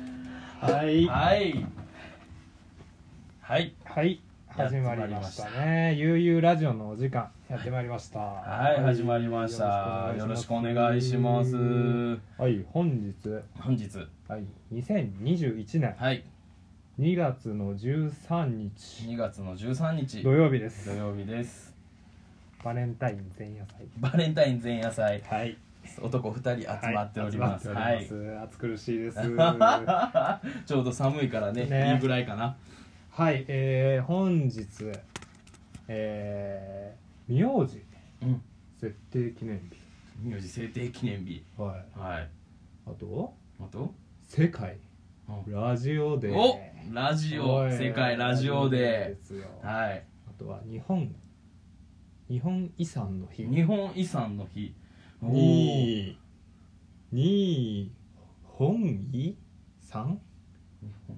はいはいはいはいやっ始てままいりりままししたたね悠々ラジオのお時間やってまいりましたははい始まりましたよろしくお願いしますはい本日本日はい2021年はい2月の13日2月の13日土曜日です土曜日ですバレンタイン前夜祭バレンタイン前夜祭はい男2人集まっておりま集すはまっております、い暑苦しい ですちょうど寒いからねねいいぐらいかなはいえー、本日えー、名字うん設定記念名字制定記念日日はいはいあとあと世界うんラジオでおラジおオい世界ラジオデでーすよあはいとは日本日本遺産の日日本遺産の日おーにに本遺産日本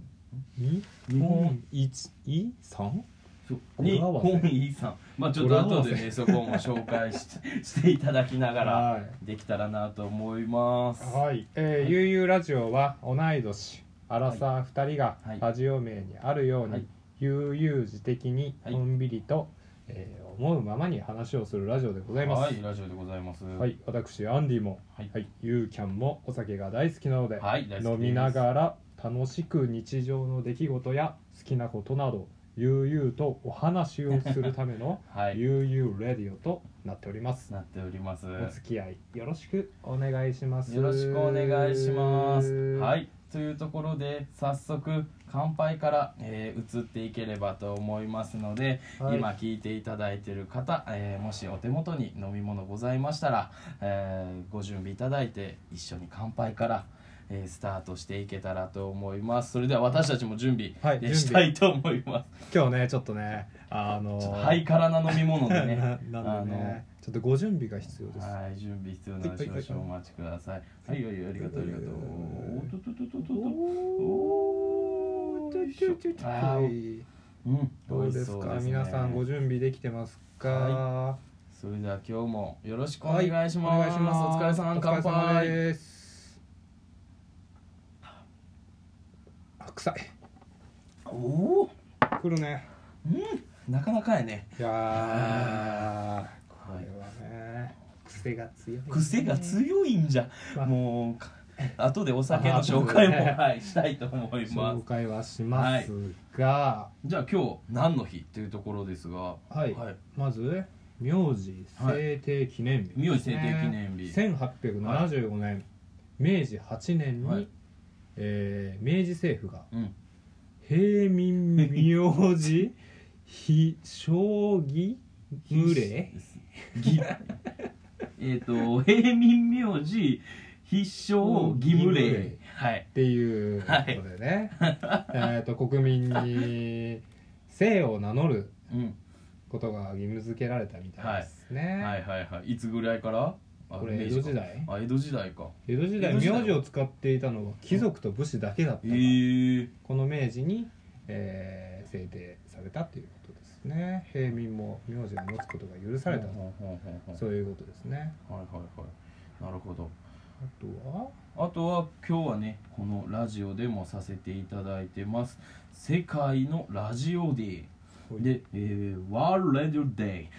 に日本い遺産そう語日呂合わせ本遺産まあちょっと後でねそこも 紹介ししていただきながらはいできたらなと思いますはい、えー、ゆうゆうラジオは同い年アラサー2人がはいラジオ名にあるように、はい悠々自適にはいのんびりと、えー思うままに話をするラジオでございます。は、はいいラジオでございます私アンディも、はいはい、ゆうキャンもお酒が大好きなので、はい大好きです飲みながら楽しく日常の出来事や好きなことなど悠々とお話をするためのはい悠々レディオとなっております。なっておりますお付き合いよろしくお願いします。よろしくお願いしますはいというところで早速乾杯から、えー移っていければと思いますので、はい今聞いていただいている方、えーもしお手元に飲み物ございましたら、えーご準備いただいて一緒に乾杯から、えースタートしていけたらと思いますそれでは私たちも準備、はいえー準備したいと思います今日ねちょっとねあのちょっとハイカラな飲み物でね ななんでねちょっとご準備が必要ですはい、準備必要なのではいはいはい少々お待ちください。はい、はい、ありがとう、ありがとう。おーとととととと。おー、よいしょあはーいうん、どう美で味しすそか皆さんごね。準備できてますか、はそれでは、今日もよろしくおは願いしまお願す。いしますお疲れさん、お疲乾れ様杯。ですあ臭いおおー、来るねうん、なかなかやね。いやーこはれいはね癖が強いね、癖が強いんじゃまあ。もうか、後でお酒の紹介も、はい、したいと思いま紹す。介はしますが、じゃあ、今日、何の日というところですが。はいはいまず名字制定記念日、はい名字制定記念日1875年、明治8年に、はいえー明治政府がうん。平民名字非将棋無礼ぎ えっと平民名字必勝義務義務令令はいっていうことでね、えーと国民に姓を名乗るうんことが義務付けられたみたいですね、はいはいはいいつぐらいからあこれ江戸明治か時代あ江戸時代か江戸時代江戸時代名字を使っていたのは貴族と武士だけだったえがー、この明治に、えー制定されたということですね平民も名字を持つことが許された、ほんほんほんほんそういうことですねはいはいはいなるほどあとはあとは今日はねこのラジオでもさせていただいてます世界のラジオデーで、えー、ワールドレディオデ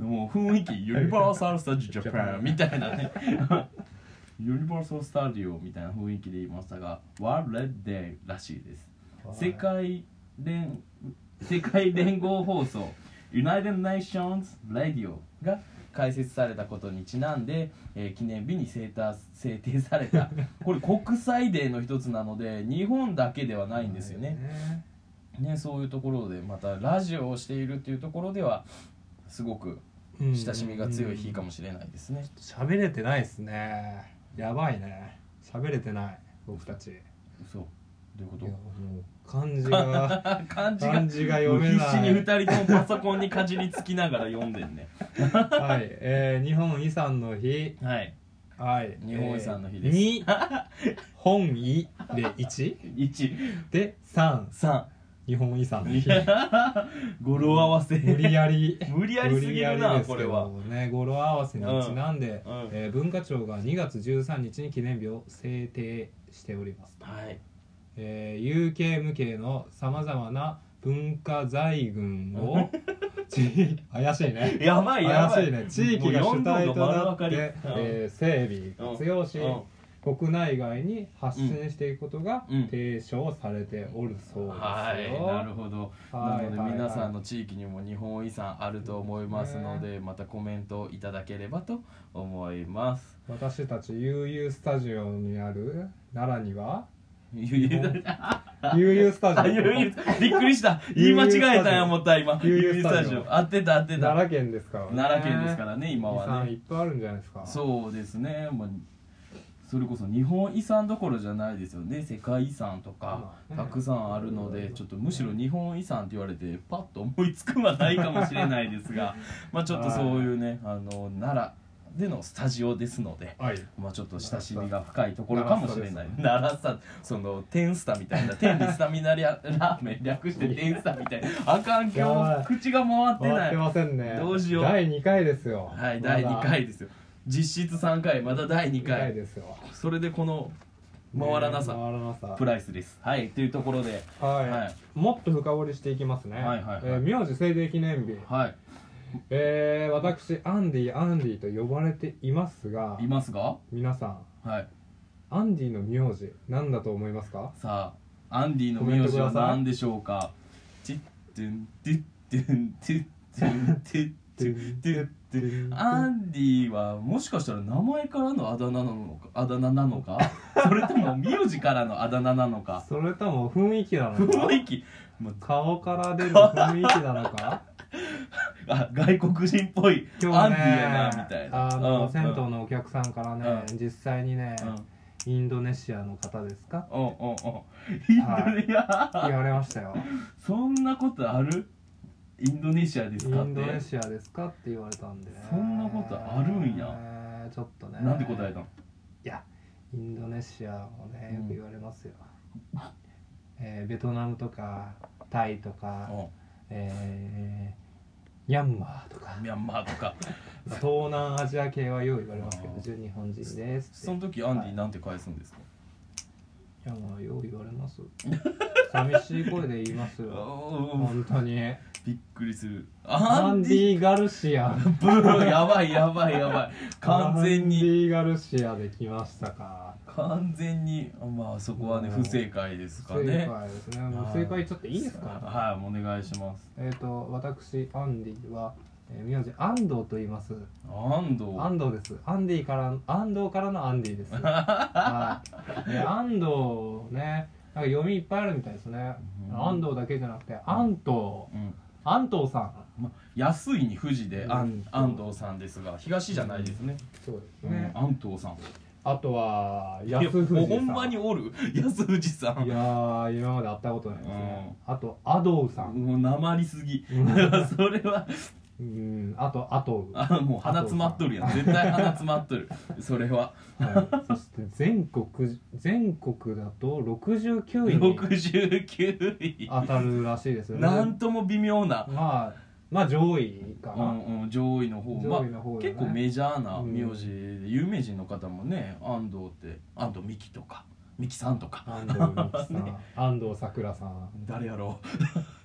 イ もう雰囲気ユニバーサル・スタジオ・ジャパンみたいなね ユニバーサル・スタジオみたいな雰囲気で言いましたがワールドレディオデイらしいですはい世界連世界連合放送 United Nations Radio が開設されたことにちなんで、えー記念日に制定制定されたこれ国際デーの一つなので日本だけではないんですよね、ね、そういうところでまたラジオをしているっていうところではすごくうん親しみが強い日かもしれないですね。喋れてないですねやばいね喋れてない僕たちいそうどういうこやもとう漢字が 漢字が漢字が読めないもう必死に2人ともパソコンにかじりつきながら読んでんねはい、えー日本遺産の日はいはい日本遺産の日ですえーに本意で1 1で3 3日本遺産の い日や語呂合わせ無理やり 無理やりすぎる無理やりなですけこどれはね語呂合わせにちなんで、うんうんえー文化庁が2月13日に記念日を制定しております、はいえー有形無形のさまざまな文化財群 をち怪しいねやばいやば怪いしいね地域がもう主体となって、四道が丸分かりえー整備活用し、うん国内外に発信していくことがうん提唱されておるそうですよ、はいなるほど、はいはいなのではい皆さんの地域にも日本遺産あると思いますので、またコメントをいただければと思 います私たち UU スタジオにある奈良に はゆゆあ UU スタジオゆゆびっくりした言い間違えたんや思った今ゆゆゆゆスタジオ合ってた合ってた奈良県ですから、奈良県ですからね今遺は産ねいっぱいあるんじゃないですかそうですねもうそれこそ日本遺産どころじゃないですよね世界遺産とかまあねたくさんあるのでちょっとむしろ日本遺産って言われてパッと思いつくはないかもしれないで すがまあちょっとそういうねあの奈良でのスタジオですので。はいまあちょっと親しみが深いところかもしれない奈良さその天スタみたいな天にスタミナリアラーメン略して天スタみたいなあかんや今ばい日口が回って回なっいてませんねどうしよう第2回ですよはい、第2回ですよ実質3回まだ第2 2回回ですよそれでこの回らなねさ回らなさプライスですはいというところではい、はいもっと深掘りしていきますね、はいはいはいえー名字制定記念日、はえー私アンディアンディと呼ばれていますがいいますが皆さんはいアンディの名字何だと思いますかさあアンディの名字は何でしょうかチッドゥンドゥッドゥンドゥッドゥンドゥッドゥンドゥッドゥンアンディはもしかしたら名前からのあだ名なのかあだ名な のかそれとも名字からのあだ名なのかそれとも雰囲気なのか雰囲気もう顔から出る雰囲気なの かあ外国人っぽいアンデ今日ィはねやなみたいなあの、うん銭湯のお客さんからね、実際にね、インドネシアの方ですかうんうんうんうんインドネシア言われましたよそんなことあるインドネシアでイすかってンドネシアですかって言われたんでねそんなことあるんややちょっとねなんで答えたのいやインドネシアもねようんく言われますよ、えーベトナムとかタイとか、えーミャンマーとかうんミャンマーとか東南アジア系はよう言われますけど純日本人ですそっての時アンディなんて返すんですかいやまあよう言われます寂しい声で言います よおー本当にびっくりするアアンンデディィ・ガルシアブーやばいやばいやばい完全アンデにィ・ガルシアできましたか完全にまあそこはねうん不正解ですか不正ね解ですねもう正解ちょっといいですかはいお願いしますえっ、と私アンディは、えー、名字安藤と言います安藤安藤ですアンディから安藤からのアンディ です、はい、で安藤ねなんか読みいっぱいあるみたいですね、うん安藤だけじゃなくて安藤、うん安藤さんま、安いに富士で、あうんん、安藤さんですが東じゃないですね、そうですうんね、安藤さんあとは安いや藤さんもうほんまにおる 安藤さいんやー今まで会ったことないですね、あとアドウさんもうなまりすぎ そうんれはうんあとアトウ、は、あもう鼻詰まっとるやん絶対鼻詰まっとるそれはいそして全国全国だと69位に69位当たるらしいですよねなんとも微妙な、まあまあ上位かうな、んうん、上位の方上位の方だまあ、ね結構メジャーな名字で、有名人の方もね安藤って安藤美希とか美希さんとか安藤美希さん、 安藤サクラさん誰やろ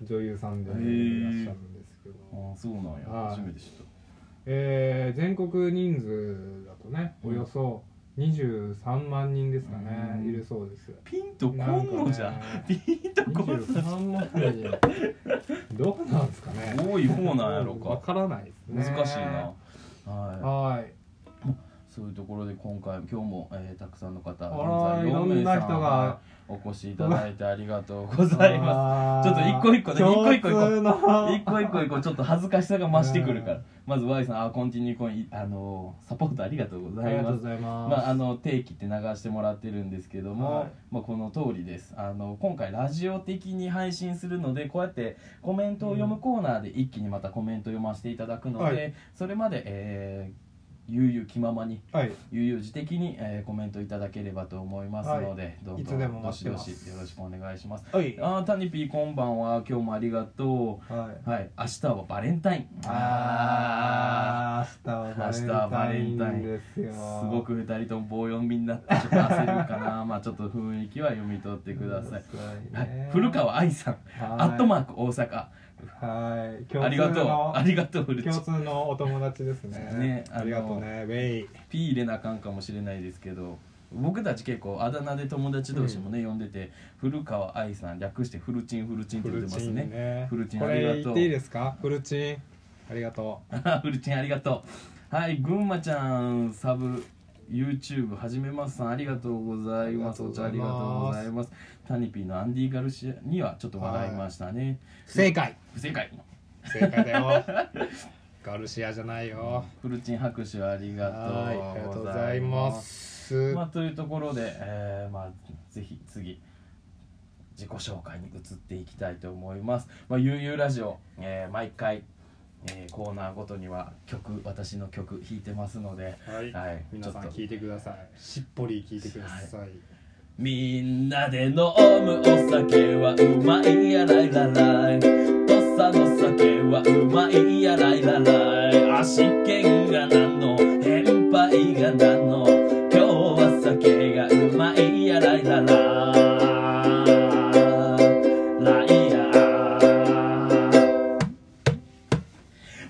女優さんでいへらっーしゃるんですけど、うあそうなんやはい初めて知っえー全国人数だとねおよそ23万人ですかね、うんいるそうですたピンとこんのじゃんなんかね ピンとこんの23万人どうなんですかね多い方なんやろかわからないですね難しいな、ははいい、そういうところで今回今日も、えーたくさんの方あら現在いろんな人がお越しいただいてありがとうござ いますますちょっと一個一個ね一個一個一一個一個一個ちょっと恥ずかしさが増してくるからまず Y さんあコンティニューコインあのーサポートありがとうごあざりいがとうまごすざいます、まあ、あの定期って流してもらってるんですけども、はいまあ、この通りですあの今回ラジオ的に配信するのでこうやってコメントを読むコーナーで一気にまたコメント読ませていただくので、はそれまで、えー悠々気ままにはい悠々自適に、えーコメントいただければと思いますので、どうぞいつでもど待っしてどますしよろしくお願いしますはいあータニピーこんばんは今日もありがとはい。うはい明日はバレンタインあああ明明日日ははババレレンンタタイインンですよーすごく二人とも棒読みになってちょっと焦る かなまあちょっと雰囲気は読み取ってください、はい、古川愛さん、はいアットマーク大阪はい共通のありがとうありがとうフルチ共通のお友達ですねねあのありがとうねウェイ P 入れなあかんかもしれないですけど僕たち結構あだ名で友達同士もね、呼んでて古川愛さん略してフルチンフルチンってフ言っルてまチすンねねフルチンこありがとうれ言っていいですかフルチンありがと フルチンありがとうはい群馬ちゃんサブ YouTube はじめますさんありがとうございますありおがとうございます茶ありがとうございますタニピーのアンディ・ガルシアにはちょっと笑いましたねう不正解不正解不正解だよガルシアじゃないよフルチン拍手ありがはいありがととううごござざいいまますすまあ、というところで、えーまあ、ぜひ次自己紹介に移っていきたいと思います「まあ、ゆうゆうラジオ」えー毎回、えーコーナーごとには曲私の曲弾いてますので、はいはい皆さんちょっと聞いてくださいしっぽり聞いてくださいみんなで飲むお酒はうまいやらいららい土佐の酒はうまいやらいららい足剣がなの変敗がなの今日は酒がうまいやらいららライアー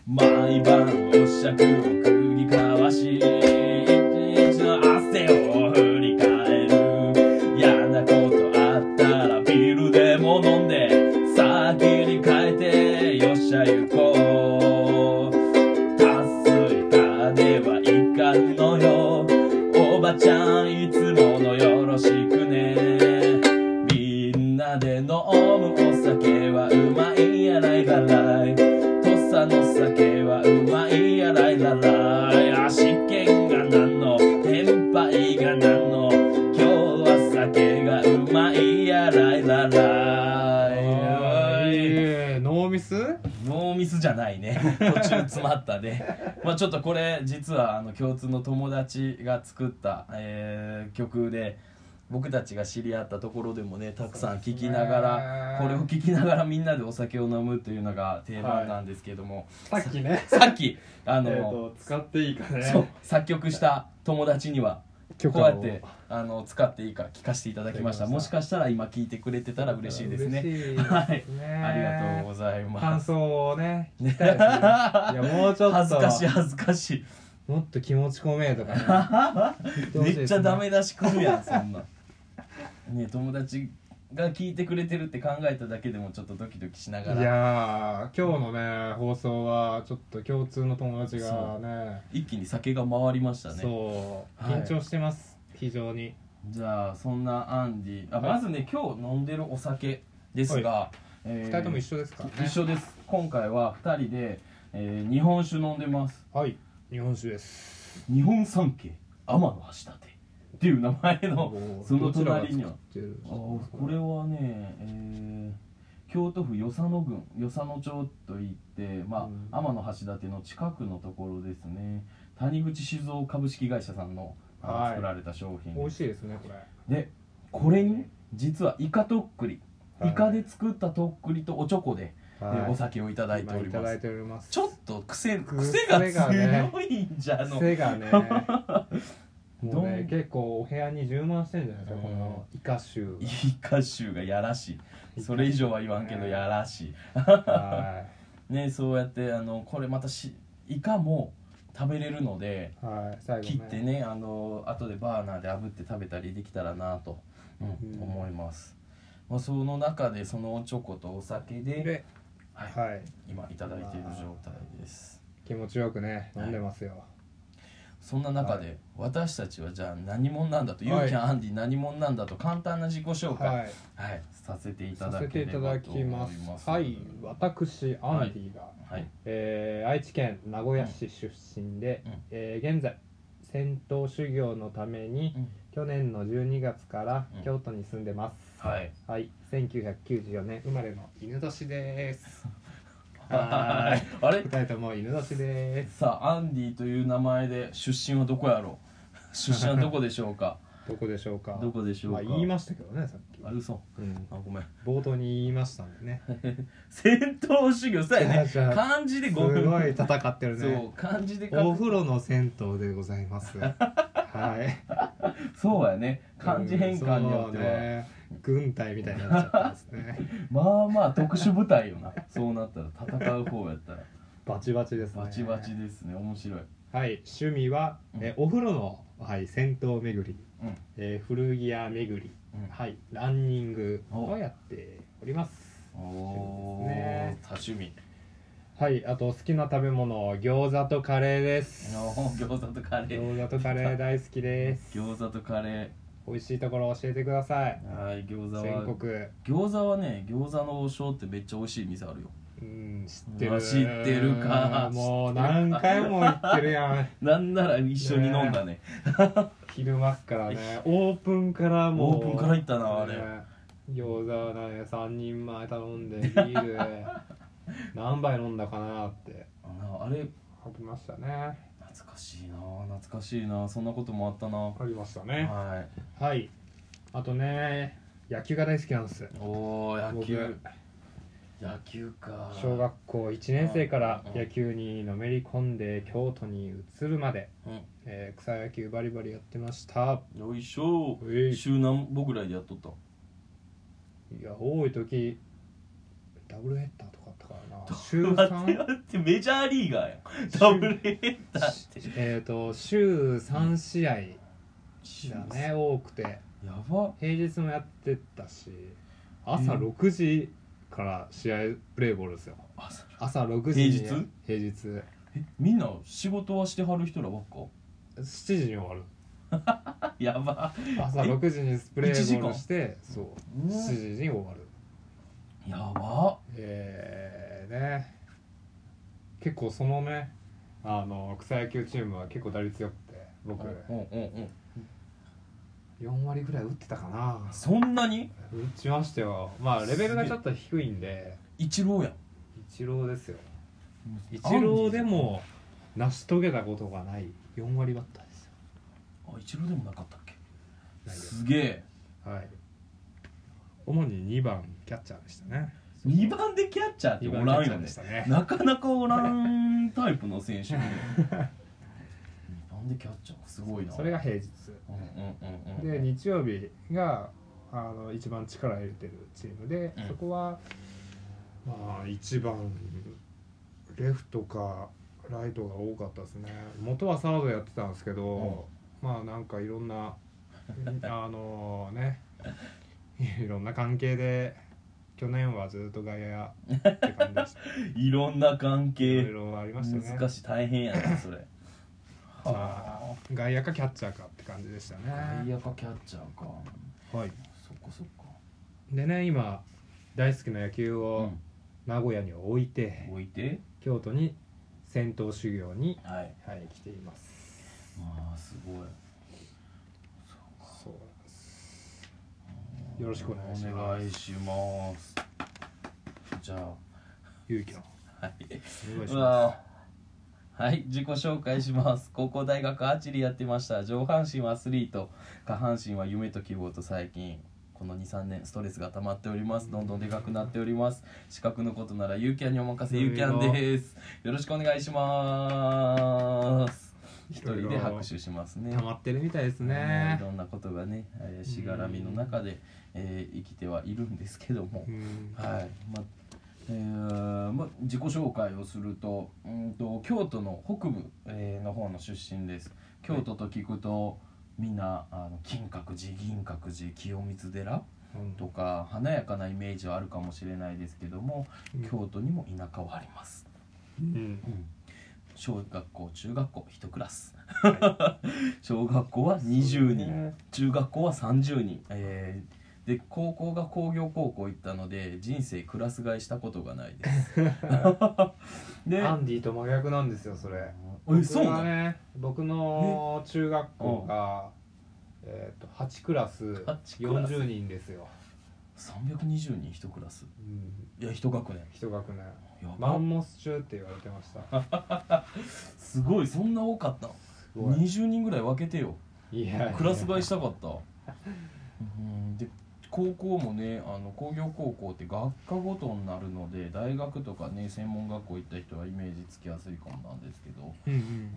毎晩おしゃくをくぎかわし一日の汗を振り返る嫌なことあったらビールでも飲んで先に変えてよっしゃ行こう達水たではいかんのよおばちゃんいつものよろしくねみんなで飲むお酒はうまいやらいららい土佐の酒はうまいやらいららい足剣がなんの天敗がなんの今日は酒がうまいやらいららはいいノーミスノーミスじゃないね途中詰まったね まあちょっとこれ実はあの共通の友達が作った、えー曲で僕たちが知り合ったところでもねたくさん聴きながら、そうですねこれを聴きながらみんなでお酒を飲むというのが定番なんですけども、さっきねさっきあえっの、と使っていいかねそう作曲した友達には許可こをうやってあの使っていいか聞かせていただきましいただきまたしたもしかしたら今聴いてくれてたら嬉しいですね嬉しいですねはいありがとうございます感想をね聞きたいですねいやもうちょっと恥ずかしい恥ずかしいもっと気持ち込めと かね言てほめしいですねっちゃダメ出し来るやんそんなね友達が聞いてくれてるって考えただけでもちょっとドキドキしないがらやー今日のね放送はちょっと共通の友達がね一気に酒が回りましたねそうはい緊張してます非常にじゃあそんなアンディあはいまずね今日飲んでるお酒ですが、え二ー人とも一緒ですからね一緒です今回は2人で、えー日本酒飲んでますはい日本酒です日本三景天の橋立っていう名前のその隣にはあこれはね、えー京都府与謝野郡与謝野町といって、まうんあ、天の橋立の近くのところですね谷口酒造株式会社さんのあのはい作られた商品美で味すしいですねこれでこれに実はイカとっくり、はいイカで作ったとっくりとおちょこで、えはいお酒をいただいており今いたまだすいておりますちょっと癖癖癖がが強いんじゃの、癖が ねもうどねん結構お部屋に充満してんじゃないですかこのイカ臭イカ臭がやらしいそれ以上は言わんけどやらしいはねそうやってあのこれまたしイカも食べれるのでいはい最後ね切ってねあの後でバーナーで炙って食べたりできたらなと、ううんん思います、まあ、その中でそのおチョコとお酒で、ではいはい今いただいている状態です気持ちよくね飲んでますよ、そんな中で、私たちはじゃあ何者なんだと、ゆうきゃんアンディ何者なんだと簡単な自己紹介、はいはい、させていたさだせてけいれたばだきと思いまますすはい私アンディが、はいえー愛知県名古屋市出身で、うんえー現在戦闘修行のためにうん去年の12月からうん京都に住んでます、はい はい1994年生まれの犬年ですあは れ二人とも犬年ですさあアンディという名前で出身はどこやろう 出身はどこでしょうかどこでしょうかどこでしょうかまあ言いましたけどねさっき、あ嘘うんあごめん冒頭に言いましたんで ね戦闘修行さやねじゃあじゃあ漢字です5ご分い戦ってるそねう漢字で書おく風呂の銭湯でございます はいそうやね漢字変換によってそうは、ね軍隊みたいになっちゃったんですね まあまあ特殊部隊よなそうなったら戦う方やったらバチバチですねバチバチですね面白いはい趣味は、えお風呂の、はい、銭湯巡り、うんえー古着屋巡り、うんはい、ランニングをやっておりますおそうですーね多趣味はいあと好きな食べ物餃子とカレーですおー餃子とカレー餃子とカレー大好きです餃子とカレ美味しいところ教えてくださいーはい餃子は全国餃子はね餃子の王将ってめっちゃ美味しい店あるようん知ってるあ知ってるかもう何回も言ってるやんなんなら一緒に飲んだね昼間っからねオープンからもうオープンから行ったなあれね餃子はね3人前頼ん でビール何杯飲んだかなってああれ書きましたね懐かしいな懐かしいなそんなこともあったな書きましたねははいあとね野球が大好きなんですいおお野球僕野球か小学校1年生からうん野球にのめり込んで京都に移るまで、うえー草野球バリバリやってましたんよいしょえい週何歩ぐらいでやっとったいや多い時ダブルヘッダーとかあった からな週待って3待ってメジャーリーガーやんダブルヘッダーってえーと週3試合週だね多くてやば平日もやってたし朝6時から試合プレーボールですよあそれ朝6時に平日平日えみんな仕事はしてはる人らばっか7時に終わるあやば朝6時にプレ一時ーボー間ルしてそううわ7時に終わるやばえー、ね結構そのねあの草野球チームは結構打率よくて僕うんうんうん4割ぐらい打ってたかなそんなに打ちましたよまあレベルがちょっと低いんでイチローやんイチローですよイチローでも成し遂げたことがない4割バッターですよあイチローでもなかったっけないですすげえはい主に2番キャッチャーでしたね2番でキャッチャーってお2ら番キャんッチャーよでねしたねなかなかおらんタイプの選手ね2番でキャッチャーすごいなそれが平日うんうんうんうでん日曜日があの一番力入れてるチームで、うんそこはまあ1番レフトかライトが多かったですね元はサードやってたんですけど、まあなんかいろんなあのねいろんな関係で去年はずっと外野やって感じで した、いろんな関いろい係ろありましたね難しい大変やなそれまあ外野かキャッチャーかって感じでしたね外野かキャッチャーかはいそっかそっかでね今大好きな野球うをん名古屋に置いて、置いて京都に戦闘修行に、はいはい、来ていますまあすごいそうなんですよろしくお願いしますお願いしますじゃあ勇気のはいお願いしうまわーはい自己紹介します高校大学アーチェリーやってました上半身はアスリート下半身は夢と希望と最近この23年ストレスが溜まっておりますどんどんでかくなっております資格のことならゆうきゃんにお任せゆうきゃんですよろしくお願いします一いろいろ人で拍手しますねす溜まってるみたいですねねいろんなことがねえーしがらみの中で、えー生きてはいるんですけども、うんはい、まあえーまあ、自己紹介をするとうんと京都の北部、えーの方の出身です京都と聞くと、みんなあの金閣寺銀閣寺清水寺うんとか華やかなイメージはあるかもしれないですけども、うん京都にも田舎はありますうん小学校中学校1クラス 小学校は20人、中学校は30人、えーで高校が工業高校行ったので人生クラス替えしたことがないです でアンディと真逆なんですよそれえそう僕なはのね僕の中学校がえっと8クラス8クラス40人ですよ320人一クラスうん、いや一学年一学年やばマンモス中って言われてましたすごいそんな多かったすごい20人ぐらい分けてよいやいやクラス替えした かったうんで高校もねあの工業高校って学科ごとになるので大学とかね専門学校行った人はイメージつきやすいかもなんですけどうん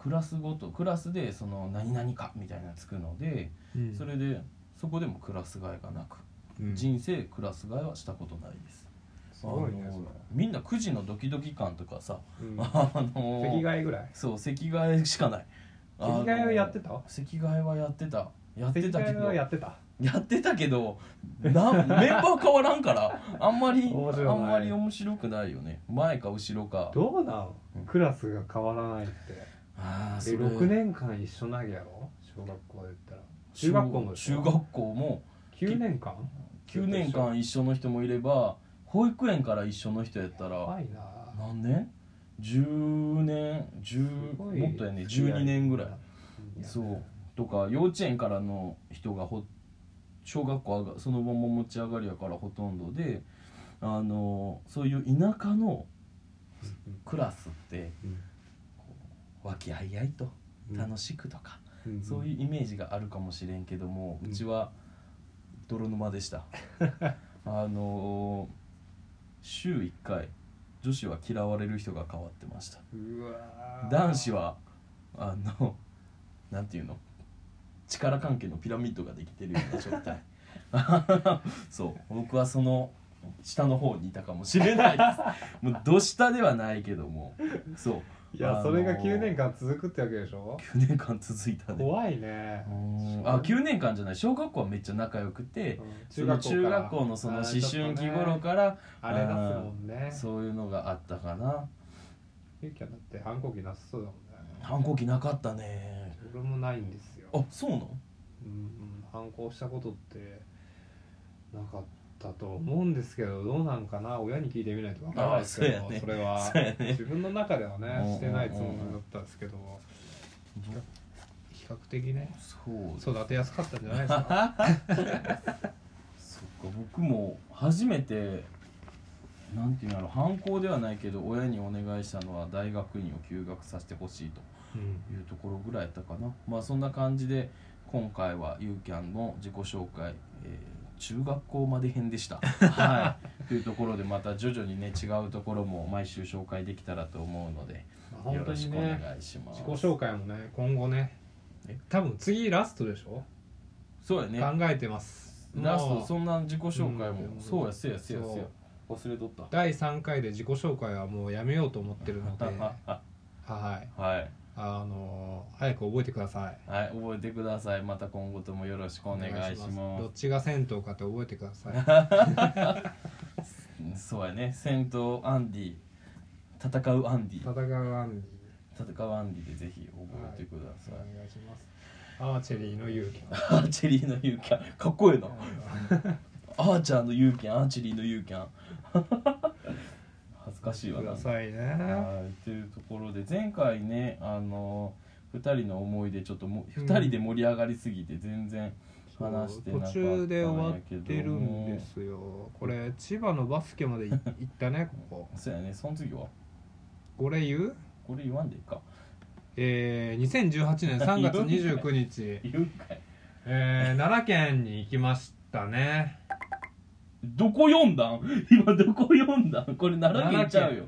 クラスごとクラスでその何々かみたいなのつくのでうんうんそれでそこでもクラス替えがなくうん人生クラス替えはしたことないですすごいねあのそれみんな9時のドキドキ感とかさ、うんあの席替えぐらいそう席替えしかない席替えはやってた席替えはやってたやって席たけ替えどはややってたってたけどなメンバー変わらんからあんまり面白いあんまり面白くないよね前か後ろかどうなんうんクラスが変わらないってあーそでれ6年間一緒なげやろ小学校で言ったら中学校もでし中ょ学校も9年間9年間一緒の人もいれば保育園から一緒の人やったやらばいな何年 ?10 年す10ごいもっとやね12年ぐらいいやそうとか幼稚園からの人がほ小学校上がそのまま持ち上がりやからほとんどであのそういう田舎のうんクラスってうん和気あいあいと楽しくとか、うんそういうイメージがあるかもしれんけども、ううんちは泥沼でした あの週1回女子は嫌われる人が変わってましたうわー男子はあのなんていうの力関係のピラミッドができてるような状 態そう僕はその下の方にいたかもしれないですもうど下ではないけども そういあやのーそれが9年間続くってわけでしょ9年間続いたね怖いねうんあ9年間じゃない小学校はめっちゃ仲良くて、うんその中から学校のそのあ思ーちょっ春と期ね頃からあれ出すもんねそういうのがあったかなゆうきゃんだって反抗期なさそうだもんね反抗期なかったね俺もないんですよあそうなのうんうん反抗したことってなかったと思うんですけどどうなんかな親に聞いてみないとわからないですけあーそうどやねそれはそうやね自分の中ではねうんしてないつもりだったんですけど比較的ねそう育てやすかったんじゃないです かそっか僕も初めてなんていうんだろう反抗ではないけど親にお願いしたのは大学院を休学させてほしいとうんいうところぐらいやったかなまあそんな感じで今回はユーキャンの自己紹介、えー中学校まで編 でした。はい、というところでまた徐々にね違うところも毎週紹介できたらと思うのでまあよ本当ろしにくお願ねいします。自己紹介もね今後ねえ多分次ラストでしょ、そうやね考えてますラスもトうそんな自己紹介うもんそうやせやせやせやそ忘れとった。第3回で自己紹介はもうやめようと思ってるのではい はい。あのー早く覚えてくださいはい、覚えてください。また今後ともよろしくお願いしどっまちが銭湯かって覚えてくだ さいす。うんそうやね、戦闘アンディ、戦うアンディ、戦うアンデ戦うアンディでぜひ覚えてくだィさおい。願いしますアーチェリーの勇気アーチェリーのユーキャン、かっこいいな。アーチャーのユーキャン、アーチェリーのユーキャン。恥ずかしいわくなだ。さいねはい、というところで前回ねあの2人の思い出ちょっとも2人で盛り上がりすぎて全然話してなか途ったんやけども中で終わってるんですよこれ千葉のバスケまでい 行ったねこそうやねその次はここれ言うこれ言わんでいいかえー、2018年3月29日言うんかいえー、奈良県に行きましたねどこ読んだん今どこ読んだんこれ奈良県ちゃうよ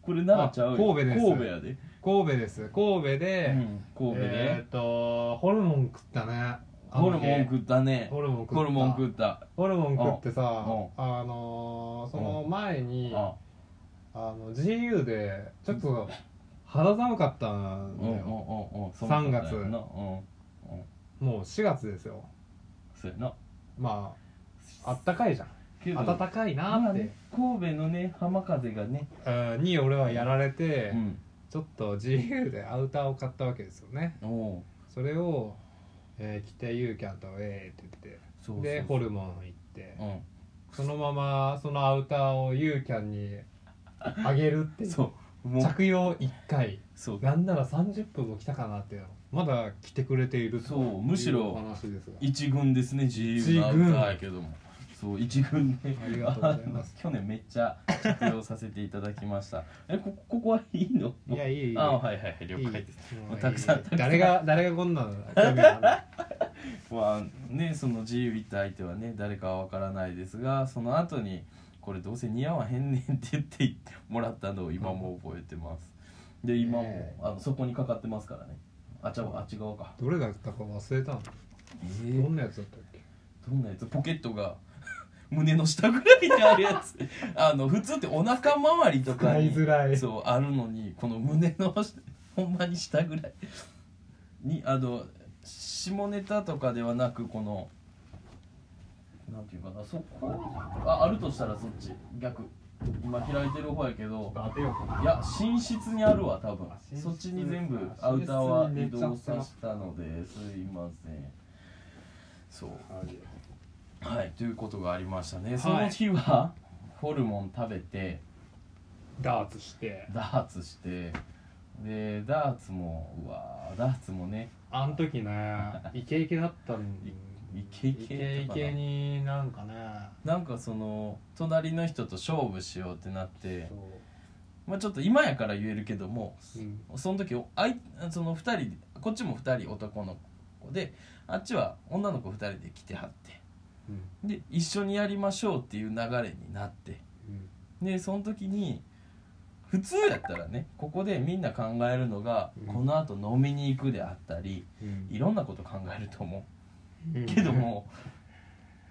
これ奈良ちゃうよあ神戸です神戸やで、神戸です神戸うで、ん、神戸で、えーっとホルモン食ったねホルモン食ったねホルモン食ったホルモン食ったホルモン食ってさあうんのー、その前にああの GU でちょっと肌寒かったうんんうんうだんうよんそうなんだよ3月なうんうんもう4月ですよそうやなまああったかいじゃんけど暖かいなまーあって、ね、神戸のね浜風がね、うんに俺はやられて、うん、ちょっと GU でアウターを買ったわけですよねおおそれを、えー着てユーキャンと「えー」って言ってそうそうそうでホルモン行ってうそのままそのアウターをユーキャン にあげるっていんうそうもう着用1回そうなんなら30分も来たかなっていうのまだ来てくれているとそうむしろいうお話ですが一軍ですね自由な歌やけどもそう一軍でありがとうございます 去年めっちゃ着用させていただきましたえこここはいいのいやいいいいあはいはいはい了解ですもうたくさんたくさん誰が誰がこんなの興味あるのまあねその自由行った相手はね誰かは分からないですがその後に「これどうせ似合わへんねん」って言ってもらったのを今も覚えてます、で今もねあのそこにかかってますからねあちゃあっち側かどれだったか忘れたのえどーんなやつだったっけどんなやつポケットが 胸の下ぐらいにある やつあの普通ってお腹周りとかに使いづらいそうあるのにこの胸の下 ほんまに下ぐらいにあの下ネタとかではなくこのなんていうかなそこああるとしたらそっち逆今開いてる方やけど当てよういや寝室にあるわ多分あ寝室そっちに全部アウターは寝移室に寝動ちゃってさませすたのですいませんそうはい、ということがありましたね、いその日はホルモン食べてダーツしてダーツしてでダーツもうわーダーツもねあの時 ねイケイケだったのにイケイケとかなイケイケになんかねなんかその隣の人と勝負しようってなってそ、まあ、ちょっと今やから言えるけどもう、うん、その時あいその2人でこっちも2人男の子であっちは女の子2人で来てはってうんで一緒にやりましょうっていう流れになってうんでその時に普通やったらねここでみんな考えるのが、うんこのあと飲みに行くであったりうんいろんなこと考えると思うんうけども、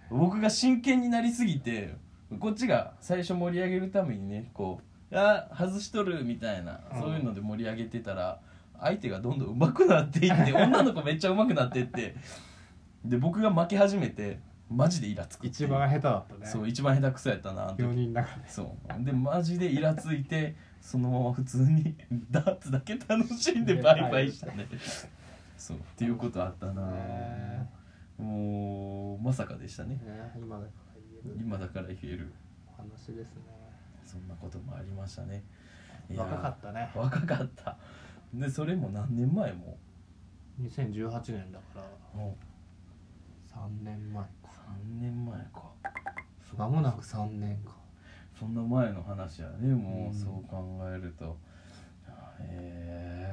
僕が真剣になりすぎてこっちが最初盛り上げるためにねこう「あ外しとる」みたいなうんそういうので盛り上げてたら相手がどんどん上手くなってい って女の子めっちゃ上手くなっていってで僕が負け始めてマジでイラつくってい一う番下手だったねそう一番下手くそやったなあの時4人だからそうでマジでイラついてそのまま普通に ダーツだけ楽しんでバイバイしたねそうっていうことあったなねもうまさかでしたねね今だから言える今だから言える話ですねそんなこともありましたねいや若かったね若かったでそれも何年前も2018年だからも3年前う3年前かそう間もなく3年かそんな前の話やねうもうんそう考えるとへ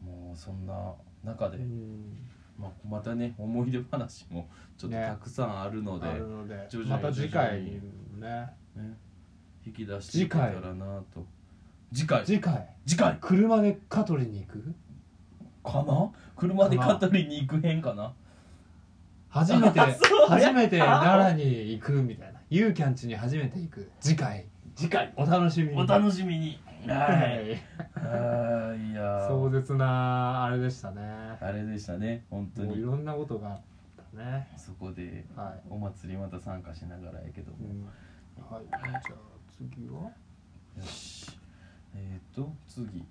えもうそんな中うで、んまあ、またね思い出話もちょっとねたくさんあるので、あるので徐々まにた次回にねね引き出していけたらなと次回次次回回車で香取に行くかな車で香取に行くへんかな初めて初めて奈良に行くみたいなユーキャンチに初めて行く次回次回お楽しみにお楽しみにはいいはいいやー壮絶なあれでしたねあれでしたね本当もういにろんなことがあったねそこではいお祭りまた参加しながらやけども、はい、じゃあ次はよしえっ、ー、と次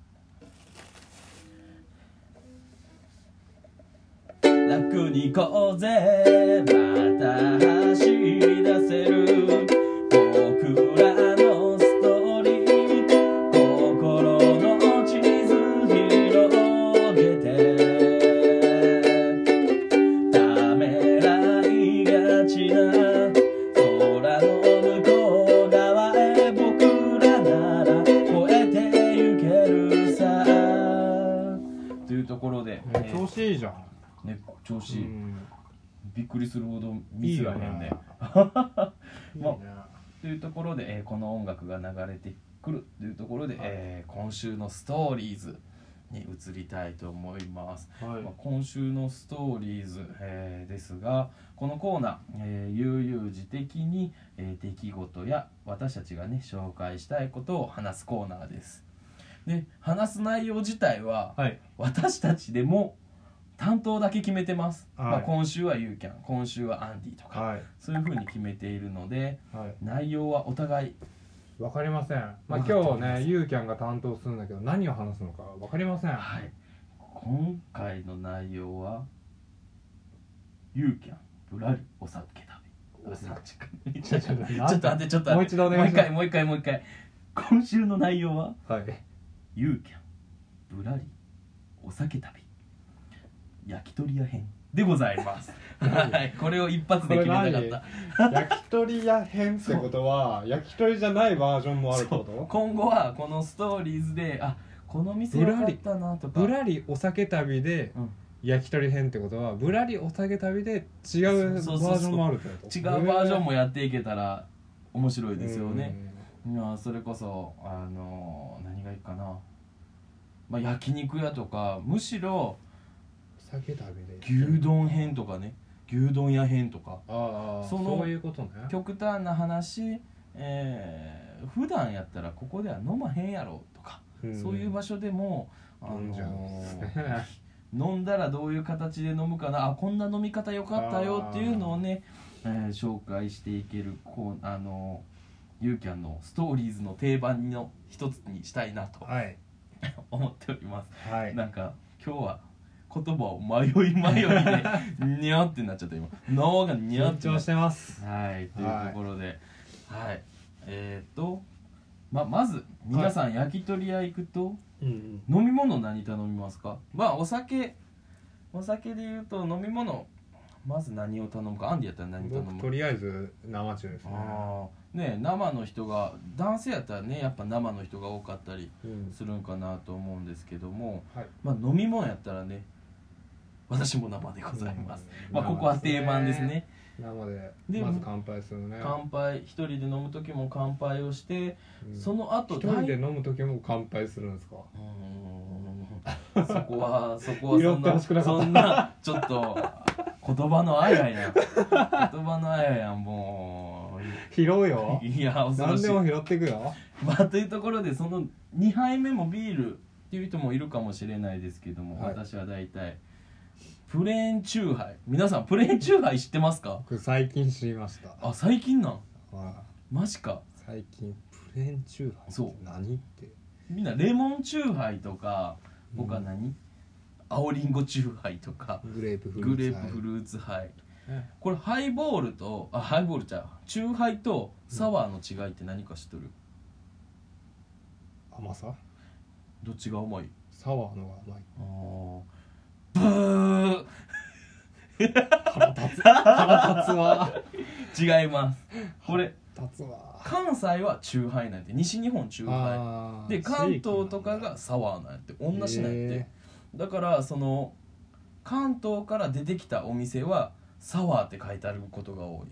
楽に行こうぜまた走り出せる僕らのストーリー心の地図広げてためらいがちな空の向こう側へ僕らなら越えてゆけるさというところで、え調ー子いいじゃん、ね、調子ういい、ん、びっくりするほどミスがへんねいいよいいまあね というところで、えーこの音楽が流れてくるというところで、はいえー今週のストーリーズに移りたいと思いますはいまあ、今週のストーリーズ、えーですがこのコーナー、えー悠々自適に、えー出来事や私たちがね紹介したいことを話すコーナーですで話す内容自体ははい私たちでも担当だけ決めてます、はいまあ、今週はユーキャン今週はアンディとか、はいそういう風に決めているのではい内容はお互いわかりませんまあわか今ってます日ねゆうきゃんが担当するんだけど何を話すのかわかりませんははい今回の内容はユーキャンぶらりお酒食べおあ酒ちょちょちょちょちょっと待ってちょっと待ってもう一度お願いしますもう一回もう一回もう一回今週の内容はいユーキャンぶらりお酒旅焼き鳥屋編でございます。はい、これを一発で決めたかった。焼き鳥屋編ってことは焼き鳥じゃないバージョンもあるってこ今後はこのストーリーズで、あ、この店良かったなとか。とぶらりお酒旅でうん焼き鳥編ってことはぶらりお酒旅で違うバージそうそうそうそうョンもあるってこと違うバージョンもやっていけたら面白いえーですよね、いやそれこそあの何がいいかな、まあ、焼肉屋とかむしろお酒旅で牛丼編とかね牛丼屋編とかああそのそういうことね極端な話えー、普段やったらここでは飲まへんやろとか、そういう場所所でもあ飲んじゃうんのですね飲んだらどういう形で飲むかなあこんな飲み方よかったよっていうのをね、えー紹介していけるこうあのゆうきゃんのストーリーズの定番の一つにしたいな とはい思っております、はいなんか今日は言葉を迷い迷いでにゃーってなっちゃった今脳がにゃーっ 緊てな張っしちゃてますったはいというところではい、えー、っとままず皆さん焼き鳥屋行くと、うん飲み物何頼みますかまあお酒お酒で言うと飲み物まず何を頼むかアンディやったら何頼僕むとりあえず生中ですねあーねえ生の人が男性やったらねやっぱ生の人が多かったりうんするんかなと思うんですけども、はいまあ飲み物やったらね私も生でございます、うんまあここは定番ですね生ででまず乾杯するね乾杯一人で飲む時も乾杯をして、うんその後一人で飲む時も乾杯するんですかうーん そこはそこは拾って欲しそくんななかったそんなちょっと言葉のあややん 言葉のあややんも拾うよういや恐ろ何しでいも拾ってくよまあというところでその2杯目もビールっていう人もいるかもしれないですけども、はい私は大体プレーンチューハイ皆さんプレーンチューハイ知ってますか僕最近知りましたあ最近なんはマジかい最近プレーンチューハイそうって何ってみんなレモンチューハイとか他何、青りんごチューハイとかグレープフルグーツレープフルーツハイこれハイボールとあハイボールちゃうチューハイとサワーの違いって何か知っとる、甘さどっちが甘いサワーのが甘いあーブー腹立つわ違いますこれ立つわ関西はチューハイなんやって西日本チューハあーイで関東とかが地サワーなんやって同域なんだじなんやってへだからその関東から出てきたお店はサワーって書いてあることが多い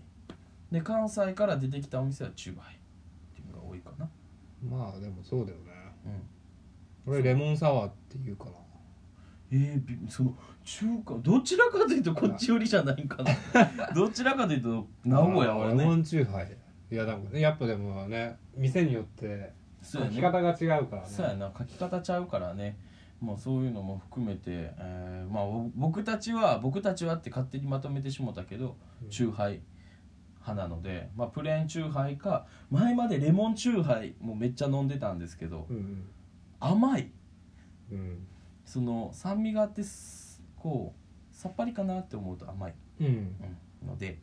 で関西から出てきたお店はチューハイっていうのが多いかなーまあでもそうだよねうん俺レモンサワーって言うかなえーび、その中華どちらかというとこっち寄りじゃないんか などちらかというと名古屋はあーレモねンチューハイいやなんかねやっぱでもね店によってそう書やきね方が違うからねそうやな書き方ちゃうからねまあそういうのも含めて、えーまあぼ僕たちは僕たちはって勝手にまとめてしもたけどうんチューハイ派なので、まあ、プレーンチューハイか前までレモンチューハイもめっちゃ飲んでたんですけどうん甘いうんうんその酸味があってすこうさっぱりかなって思うと甘いうんので、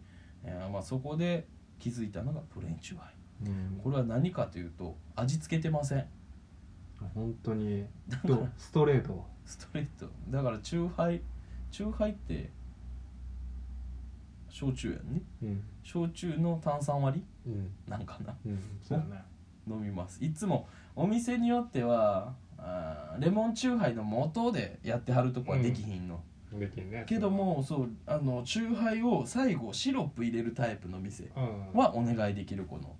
えーまあ、そこで気づいたのがプレーンチューハうイんこれは何かというと味付けてません本当にどストレートストレートだからチューハイチューハイって焼酎やんねうん焼酎の炭酸割うんりなんかなうんそうだね飲みますいつもお店によってはあーレモンチューハイの元でやってはるとこはできひんの、できんねけどもそうあのチューハイを最後シロップ入れるタイプの店うんはお願いできるこの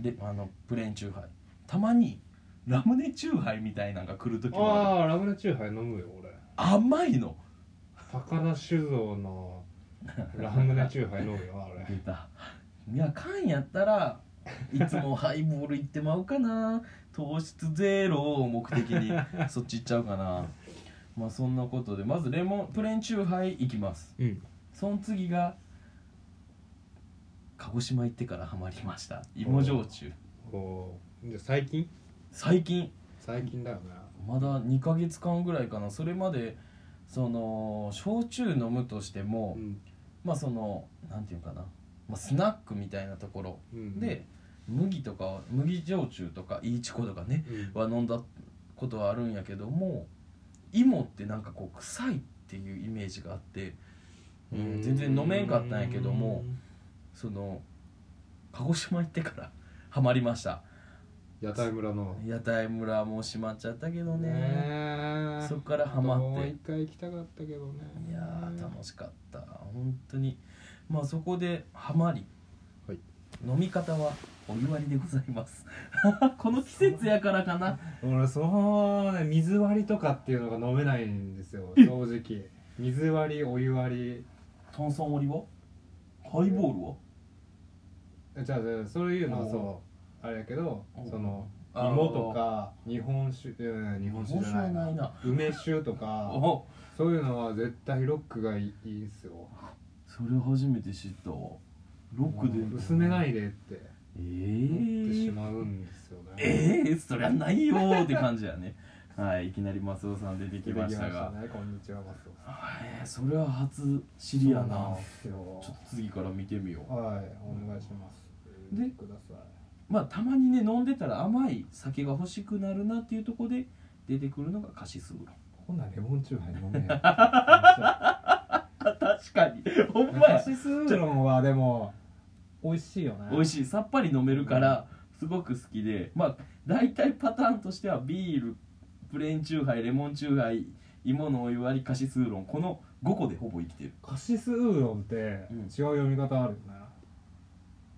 であのプレーンチューハイたまにラムネチューハイみたいなのが来る時もあるああラムネチューハイ飲むよ俺甘いの高田酒造のラムネチューハイ飲むよあれ出たいや缶やったらいつもハイボール行ってまうかな糖質ゼロを目的にそっち行っちゃうかなまあそんなことでまずレモンプレーンチューハイ行きますうんその次が鹿児島行ってからハマりました芋焼酎こうじゃあ最近最近最近だよねまだ2ヶ月間ぐらいかなそれまでその焼酎飲むとしても、んまあそのなんていうかな、まあ、スナックみたいなところうんで、麦とかは麦焼酎とかいいちことかねうんは飲んだことはあるんやけども芋ってなんかこう臭いっていうイメージがあってうん、全然飲めんかったんやけどもその鹿児島行ってから ハマりました屋台村の屋台村も閉まっちゃったけどねねえそっからハマってもう一回行きたかったけどねいやー楽しかった本当にまあそこでハマり、はい飲み方はお湯割りでございます この季節やからかな俺そのままね水割りとかっていうのが飲めないんです よ正直水割りお湯割炭酸割りはハイボールはりじゃあじゃあそういうのおはうそうあれやけどおうそのあー芋とか日本酒うん日本酒じゃない日本酒なはないな梅酒とかおそういうのは絶対ロックがいいいいんすよそれ初めて知ったわロックで薄めないでってええ思ってしー、まうんですよね、ええー、そりゃないよーって感じやね はいいきなり松尾さん出てき出てきままししたたがねこんにちは松尾さんえー、それは初知りやそうなんですよちょっと次から見てみようはいお願いしますででくださいまあたまにね飲んでたら甘い酒が欲しくなるなっていうところで出てくるのがカシスウーロンこんなんレモンチューハイ飲めへん あ確かにほんまカやシスウーロンはでも美味しいよね美味しいさっぱり飲めるからすごく好きでまあ大体パターンとしてはビールプレーンチューハイレモンチューハイ芋のお湯割りカシスウーロンこの5個でほぼ生きてるカシスウーロンってうん違う読み方あるよ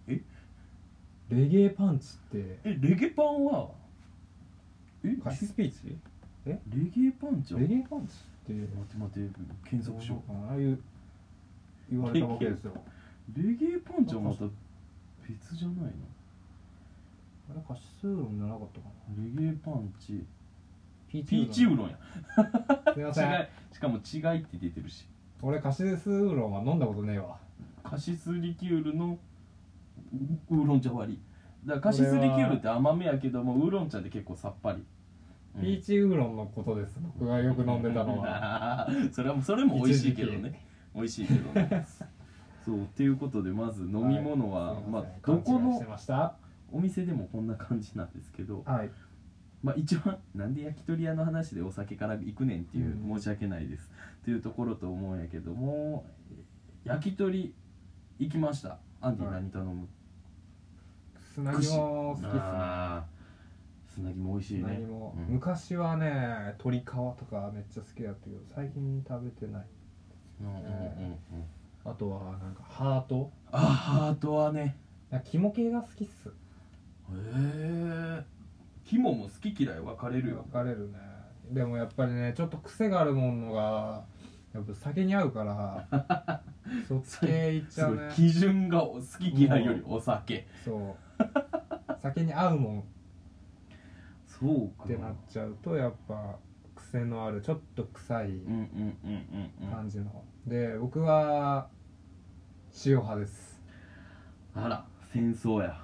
えねえレゲエパンチってえレゲパンはえレカシスピーチゲパンちゃんレ待ゲエってパンチって待って検索しようああいう言われたわけですよレゲパンちゃんまた別じゃないのあれカシスウーロンじゃなかったかなレゲパンチピーピーチウーロンやすいませ違んいしかも違いって出てるし俺カシスウーロンは飲んだことねえわカシスリキュールのウウーロン茶割りだからカシスリキュールって甘めやけどもウーロン茶って結構さっぱり、うんピーチウーロンのことです僕がよく飲んでたのは それはそれも美味しいけどね美味しいけどねそうっていうことでまず飲み物は、いすいまあせんどこ勘違いしのてましたお店でもこんな感じなんですけどはいまあ一番なんで焼き鳥屋の話でお酒から行くねんっていう、うん申し訳ないですっていうところと思うんやけども焼き鳥行きましたアンディはい何頼む、砂肝好きっすねあー砂肝美味しいね砂肝、うん昔はね鶏皮とかめっちゃ好きだったけど最近食べてないうんうんうんうんあとはなんかハートあハートはねなんか肝系が好きっすへえ肝も好き嫌い分かれるよ分かれるねでもやっぱりねちょっと癖があるものがやっぱ酒に合うから そっち系いっちゃうねすごい基準が好き嫌いよりお酒そう酒に合うもんそうかってなっちゃうとやっぱ癖のあるちょっと臭いうんうんうんうんうん感じの、で僕は塩派ですあら戦争や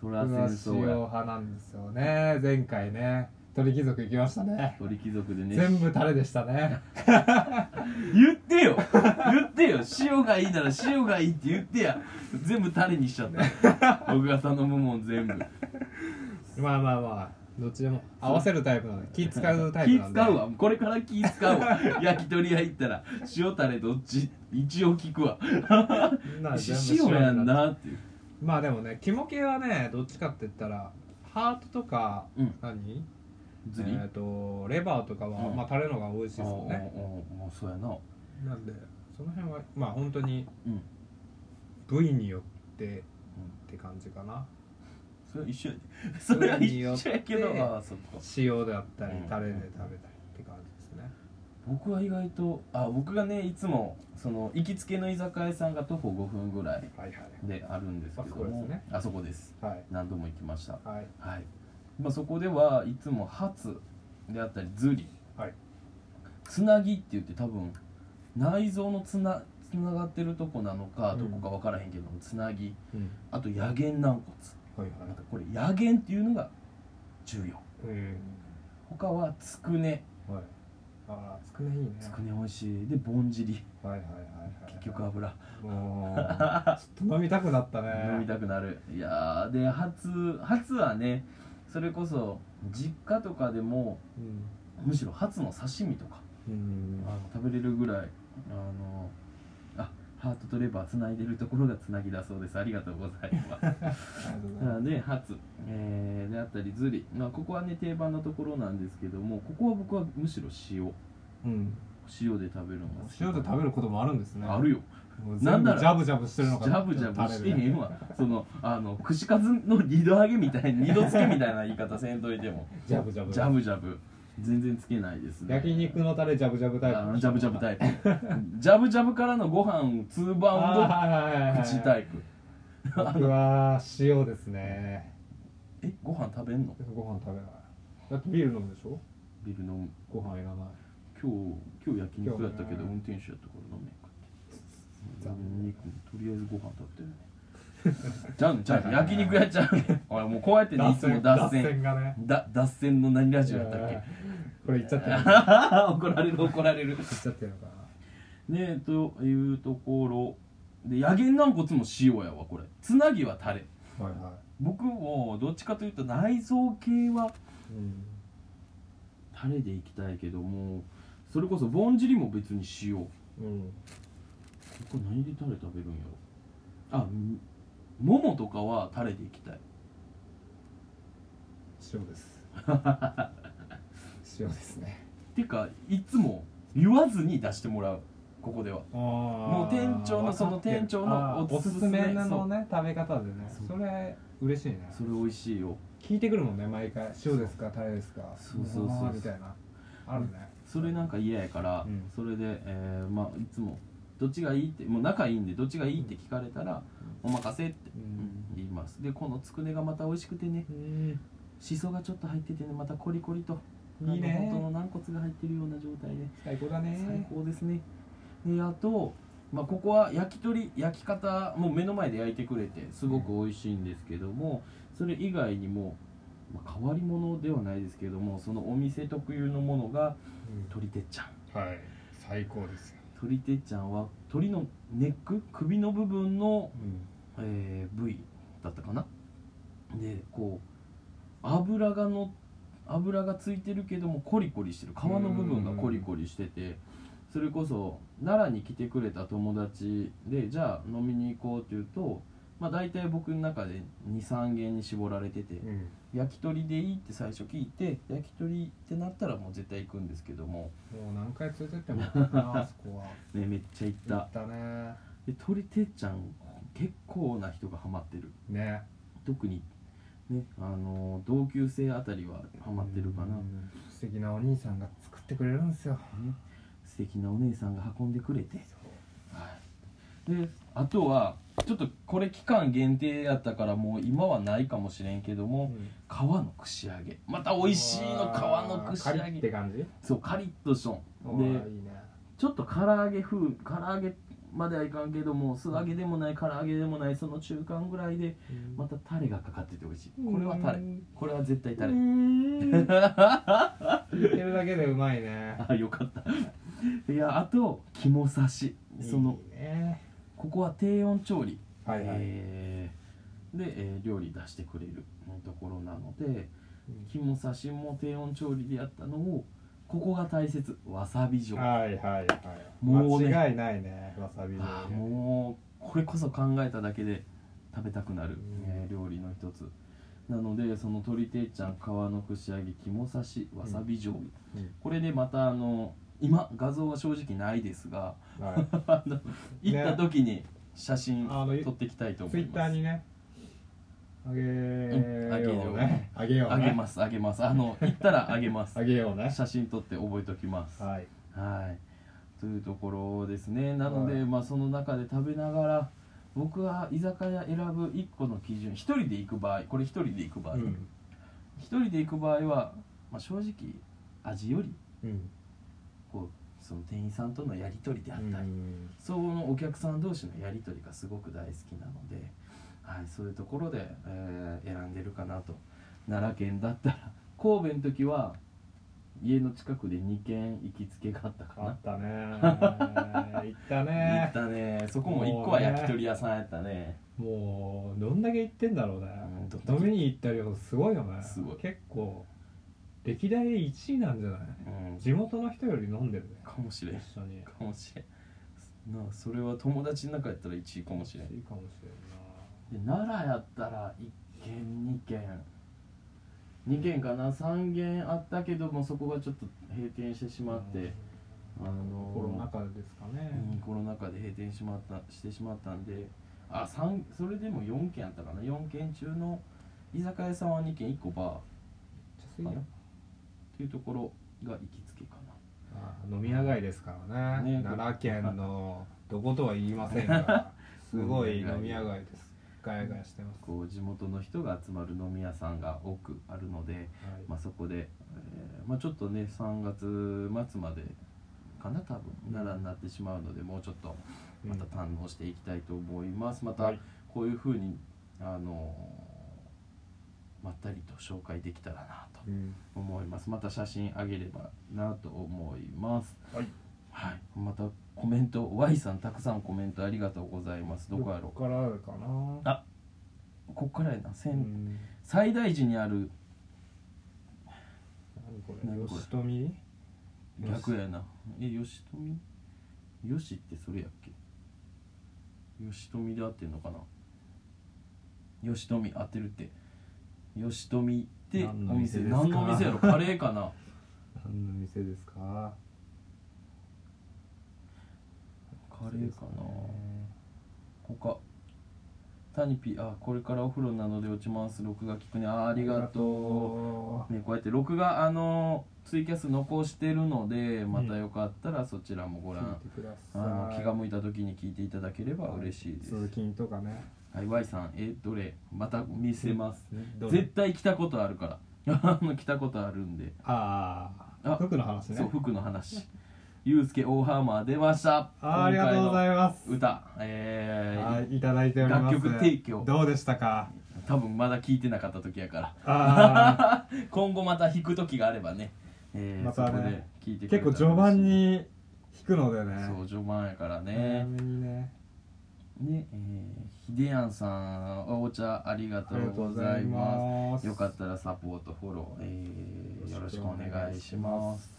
そりゃ僕戦は争塩や派なんですよね前回ね鳥貴族行きましたね鳥貴族でね全部タレでしたね言ってよ言ってよ塩がいいなら塩がいいって言ってや全部タレにしちゃった僕が頼むもん全部まあまあまあどっちでも合わせるタイプなんで気使うタイプ気なんで使うわこれから気使うわ 焼き鳥屋行ったら塩タレどっち一応聞くわな塩やんなっていうまあでもね肝系はねどっちかって言ったらハートとか、うん何ずり、えっ、とレバーとかは、うんまあタレの方が美味しいあですよねもうそうやななんでその辺はまあ本当にうん部位によってって感じかなそれは一緒やねそれは一緒やけどそれによってああそっか塩であったりうんタレで食べたりって感じですね僕は意外とあ僕がねいつもその行きつけの居酒屋さんが徒歩5分ぐらいはいはであるんですけどあそこですもねあそこですいはい何度も行きましたはいはい、まあ、そこではいつもハツであったりズリ、はいつなぎって言って多分内臓のつなつながってるとこなのかどうんこか分からへんけどもつなぎうんあと野源軟骨はいなんはかこれ野源っていうのが重要いうん他はつくねはいああつくねいいねつくね美味しいでぼんじりはいはいはいはい結局油もうちょっと飲みたくなったね飲みたくなるいやーで初初はねそれこそ実家とかでもうんむしろ初の刺身とかうんあの食べれるぐらいあのあハートとレバーつないでるところがつなぎだそうですありがとうござい ありますがとうございなまので初、えーであったりズリ、まあ、ここはね定番なところなんですけどもここは僕はむしろ塩すうん塩で食べるのが好き塩で食べることもあるんですねあるよもうな全ん部ならジャブジャブしてジるのかャブジャブしてねへんわそのあの串カツの二度揚げみたいな二度つけみたいな言い方せんといてもジャブジャブジャブジャブ全然つけないですね焼肉のタレジャブジャブタイプあのジャブジャブタイプジャブジャブからのご飯ツーバウンド口口タイプ僕は塩ですねえご飯食べんのご飯食べないだってビール飲むでしょビール飲むご飯いらない今日今日焼肉やったけ今日どね運転手やったから飲めんかって残肉とりあえずご飯食べてるねじゃんじゃん焼肉やっちゃう ね俺もうこうやってねいつも脱脱線線がねだ脱線の何ラジオやったっけこれ言っちゃ ってる言っ怒られる怒られるちゃってるのかなねえというところで野源軟骨も塩やわこれつなぎはタレはいは、僕もどっちかというと内臓系はいうん、タレでいきたいけどもそれこそぼんじりも別に塩こうん、こ何でタレ食べるんやろあんももとかはタレでいきたい塩です 塩ですねてかいつも言わずに出してもらうここではもう店長のその店長のおおすすすすめめのね食べ方でねそうそれ嬉しいねそれ美味しいよ聞いてくるもんね毎回塩ですかタレですかそうそうそうそうあーみたいなあるねそれなんか嫌やから、うんそれで、えーまあいつもどっちがいいってもう仲いいんでどっちがいいって聞かれたら「お任せ」ってうん言いますでこのつくねがまた美味しくてねうんしそがちょっと入っててねまたコリコリといいねあの本当の軟骨が入ってるような状態で最高だね最高ですねであと、まあ、ここは焼き鳥焼き方もう目の前で焼いてくれてすごく美味しいんですけどもそれ以外にも、まあ変わり者ではないですけどもそのお店特有のものが鶏てっちゃんはい最高ですよ鳥てっちゃんは鳥のネック首の部分の、うんえー部位だったかなでこう油がの油がついてるけどもコリコリしてる皮の部分がコリコリしててそれこそ奈良に来てくれた友達でじゃあ飲みに行こうっていうと、まあ、大体僕の中で23軒に絞られててうん焼き鳥でいいって最初聞いて焼き鳥ってなったらもう絶対行くんですけども、もう何回連れてって もらったかなあそこはね、めっちゃ行っ行たっ。たねで鳥てっちゃん結構な人がハマってるね特にねあの同級生あたりはハマってるかな、うん素敵なお兄さんが作ってくれるんですよね、素敵なお姉さんが運んでくれて、はい、であとはちょっとこれ期間限定やったからもう今はないかもしれんけども皮の串揚げまた美味しいの皮の串カリ揚ってげ感じそうカリッとしとおんでーいいねちょっと唐揚げ風唐揚げまではいかんけども素揚げでもない唐揚げでもないその中間ぐらいでまたタレがかかってて美味しいこれはタレうんこれは絶対タレ 聞いてるだけでうまいねあ よかったいやあと肝刺しそのいいねここは低温調理、はいはいえーで、えー料理出してくれるところなので肝刺しも低温調理でやったのをここが大切わさび醤あはいはいはいもうね間違いないねわさびでーもうこれこそ考えただけで食べたくなる、んえー料理の一つなのでその鶏てっちゃん皮の串揚げ肝刺しわさび醤油、うんこれでまたあの今画像は正直ないですがはい あの行った時に写真あの撮ってきたいと思ツイいッターます。にねあげんあげよよううねあげようあげねますあげます あの行ったらあげますあげようね写真撮って覚えておきますははいいというところですねなので、はいまあその中で食べながら僕は居酒屋選ぶ1個の基準1人で行く場合これ1人で行く場合、うん1人で行く場合は、まあ、正直味よりうんこうその店員さんとのやり取りであったり、うんそのお客さん同士のやり取りがすごく大好きなので、はい、そういうところで、えー選んでるかなと奈良県だったら神戸の時は家の近くで2軒行きつけがあったかあなったね行った行っねたねそこも1個はもうね焼き鳥屋さんやったねもうどんだけ行ってんだろうねうんどんだけ飲みに行った量すごいよねすごい結構歴代で1位なんじゃないうん地元の人より飲んでるねかもしれんか一緒にもしれんなあそれは友達の中やったら1位かもしれんいいかもしれんなで奈良やったら1軒2軒2軒かな3軒あったけどもそこがちょっと閉店してしまって、あのーコロナ禍ですかね、うん、コロナ禍で閉店しまったしてしまったんであ三それでも4軒あったかな4軒中の居酒屋さんは2軒1個バじゃあ次ーかなっはていうところが行きつけかなあ飲み屋街ですからねね奈良県のどことは言いません がすごい飲飲みみ屋屋街街ですガヤガヤしてますこう地元の人が集まる飲み屋さんが多くあるので、はいまあ、そこで、えーまあ、ちょっとね3月末までかな多分奈良になってしまうのでもうちょっとまた堪能していきたいと思いますまたはいこういうふうにあのーまったりと紹介できたらなとうん思いますまた写真あげればなと思いますはい、はいまたコメント Y さんたくさんコメントありがとうございますどこやろこからかなうこっからやな千うん最大寺にある何これ何これ吉富逆やなえ吉富吉ってそれやっけ吉富で合ってんのかな吉富合ってるって吉富ってお何の店店ですか何の店やろカレーかな何の店ですかカレーかな他タニピあこれからお風呂なので落ちます録画聞くねあありがとおうねこうやって録画あのツイキャス残してるのでまたよかったらそちらもご覧、聞いてくだあさいの気が向いた時に聞いていただければ嬉しいです、通勤とかねはい、Y さん、え、どれまた見せます。どれ絶対来たことあるから。 あの、来たことあるんで。あああ服の話ねそう、服の話。ゆうすけ大ハーマー出ました。あーありがとうございます今回の歌、えーはいいただいております楽曲提供どうでしたか多分まだ聞いてなかった時やから。あ今後また弾く時があればね。えー、またねそこで聞い てーくれ結たら構序盤に弾くのでねそう、序盤やから早ね。めにねね、えー、ひでやんさん、お茶ありがとありがうとうごござざいいます。ますよかったらサポート、フォロー、えーよよろろししくくおお願願いいししま。ます